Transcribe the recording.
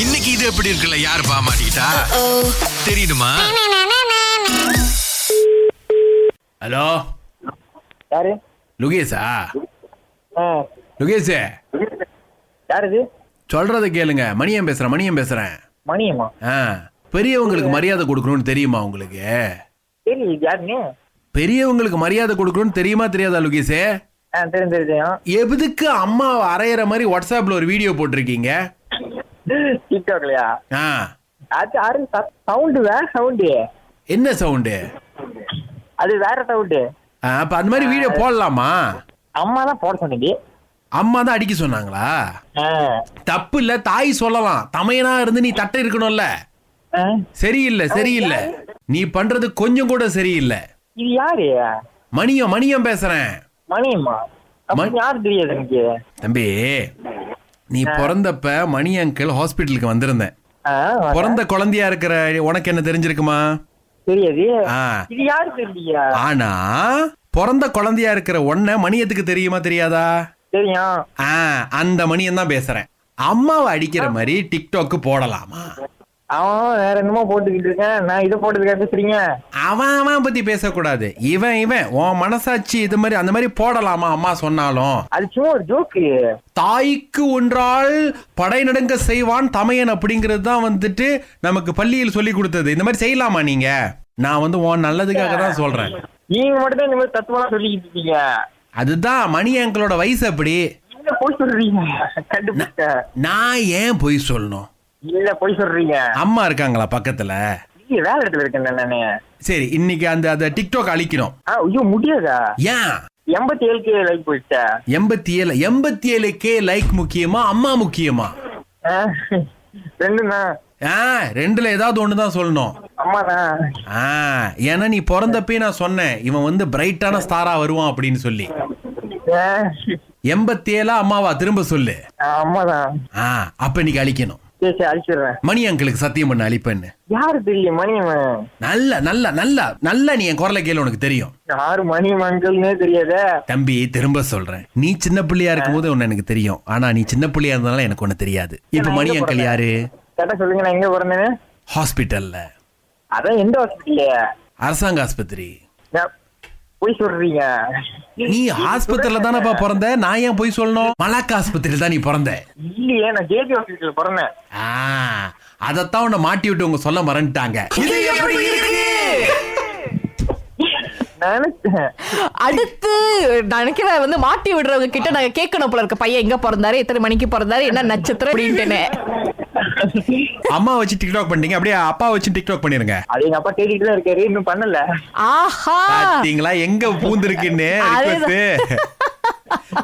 இன்னைக்கு இது எப்படி இருக்குல்ல யார் பாமாட்டா தெரியுமா ஹலோ யாரு லுகேஷா ஆ லுகேஷ் யார் இது சொல்றத கேளுங்க மணியம் பேசுறேன் மணியம் பேசுறேன் மணியம்மா ஆ பெரியவங்களுக்கு மரியாதை கொடுக்கணும்னு தெரியுமா உங்களுக்கு சரி இது யாருங்க பெரியவங்களுக்கு மரியாதை கொடுக்கணும்னு தெரியுமா தெரியாதா லுகேஷே ஆ தெரியும் தெரியும் எதுக்கு அம்மா அரையிற மாதிரி வாட்ஸ்அப்ல ஒரு வீடியோ போட்டிருக்கீங்க டிக்டாக்லயா ஆ அது யாரு சவுண்டு வேற சவுண்டு என்ன சவுண்டு அது வேற சவுண்டு அப்ப அந்த மாதிரி வீடியோ போடலாமா அம்மா தான் போட சொன்னீங்க அம்மா தான் அடிக்க சொன்னாங்களா ஆ தப்பு இல்ல தாய் சொல்லலாம் தமையனா இருந்து நீ தட்டை இருக்கணும்ல ஆ. சரியில்லை சரியில்லை நீ பண்றது கொஞ்சம் கூட சரியில்லை இது யாரு மணியம் மணியம் பேசுறேன் மணியம்மா மணி- அப்படி யாரு தெரியாது எனக்கு தம்பி நீ பிறந்தப்ப மணி அங்கிள் ஹாஸ்பிட்டலுக்கு வந்திருந்தேன் ஆ, பிறந்த குழந்தையா இருக்கிற உனக்கு என்ன தெரிஞ்சிருக்குமா தெரியாது ஆ. இது யாரு தெரியலையா ஆனா பிறந்த குழந்தையா இருக்கிற உன்னை மணியத்துக்கு தெரியுமா தெரியாதா தெரியும் ஆ அந்த மணியம் தான் பேசுறேன் அம்மாவை அடிக்கிற மாதிரி டிக்டாக்கு போடலாமா அவன் வேற என்னமோ போட்டுக்கிட்டு இருக்கேன் நான் இதை போட்டதுக்காக பேசுறீங்க அவன் அவன் பத்தி பேசக்கூடாது இவன் இவன் உன் மனசாட்சி இது மாதிரி அந்த மாதிரி போடலாமா அம்மா சொன்னாலும் அது சும்மா ஒரு ஜோக்கு தாய்க்கு ஒன்றால் படை நடுங்க செய்வான் தமையன் அப்படிங்கிறது தான் வந்துட்டு நமக்கு பள்ளியில் சொல்லி கொடுத்தது இந்த மாதிரி செய்யலாமா நீங்க நான் வந்து உன் நல்லதுக்காக தான் சொல்றேன் நீங்க மட்டும் தான் இந்த மாதிரி தத்துவம் சொல்லிக்கிட்டு இருக்கீங்க அதுதான் மணி அங்கிளோட வயசு அப்படி இல்ல பொய் சொல்றீங்க கண்டுபிடிச்ச நான் ஏன் பொய் சொல்லணும் இல்ல பொய் சொல்றீங்க அம்மா இருக்காங்களா பக்கத்துல நீங்க வேற இடத்துல இருக்கேன் நானு சரி இன்னைக்கு அந்த அந்த டிக்டாக் அழிக்கணும் ஆ, ஐயோ முடியாதா ஏன் எண்பத்தி ஏழு கே லைக் போயிடுச்சா எண்பத்தி ஏழு எண்பத்தி ஏழு கே லைக் முக்கியமா அம்மா முக்கியமா ஆ, ரெண்டும் தான் ஆ ரெண்டுல ஏதாவது ஒன்று தான் சொல்லணும் அம்மா தான் ஆ ஏன்னா நீ பிறந்தப்பே நான் சொன்னேன் இவன் வந்து பிரைட்டான ஸ்டாரா வருவான் அப்படின்னு சொல்லி ஆ, எண்பத்தி ஏழா அம்மாவா திரும்ப சொல்லு ஆ, அம்மா தான் ஆ அப்ப இன்னைக்கு அழிக்கணும் சரி சரி அழிச்சிடுறேன் மணி அங்கிளுக்கு சத்தியம் பண்ண அழிப்பேன்னு யாரு தெரியும் மணியம்மன் நல்ல நல்ல நல்ல நல்ல நீ என் குரலை கேளு உனக்கு தெரியும் யாரு மணியம்மன்கள்னே தெரியாதே தம்பி திரும்ப சொல்றேன் நீ சின்ன பிள்ளையா இருக்கும்போது ஒன்னு எனக்கு தெரியும் ஆனா நீ சின்ன பிள்ளையா இருந்தனால எனக்கு ஒண்ணு தெரியாது இப்ப மணி அங்கிள் யாரு கேட்டா சொல்லுங்க நான் எங்க பிறந்தேன்னு ஹாஸ்பிட்டல்ல அதான் எந்த ஹாஸ்பிட்டல் அரசாங்க ஆஸ்பத்திரி போய் சொல்றீங்க நீ ஆஸ்பத்திரியில தானப்பா பிறந்த நான் ஏன் போய் சொல்லணும் மலாக்கா ஆஸ்பத்திரியில தான் நீ பிறந்த இல்லையே நான் ஜேபி ஹாஸ்பிட்டல் பிறந்தேன் ஆ, அதத்தான் உன்னை மாட்டி விட்டு உங்க சொல்ல மறந்துட்டாங்க இது எப்படி இருக்கு நினைச்சேன் அடுத்து நினைக்கிற வந்து மாட்டி விடுறவங்க கிட்ட நாங்க கேட்கணும் போல இருக்க பையன் எங்க பிறந்தாரு எத்தனை மணிக்கு பிறந்தாரு என்ன நட்சத்திரம் அப்படின்ட்டுன்னு அம்மா வச்சு டிக்டாக் பண்ணீங்க அப்படியே அப்பா வச்சு டிக்டாக் பண்ணிருங்க அது எங்க அப்பா கேட்டுட்டு தான் இருக்காரு இன்னும் பண்ணல ஆஹா பாத்தீங்களா எங்க பூந்திருக்குன்னு அதேதான். request.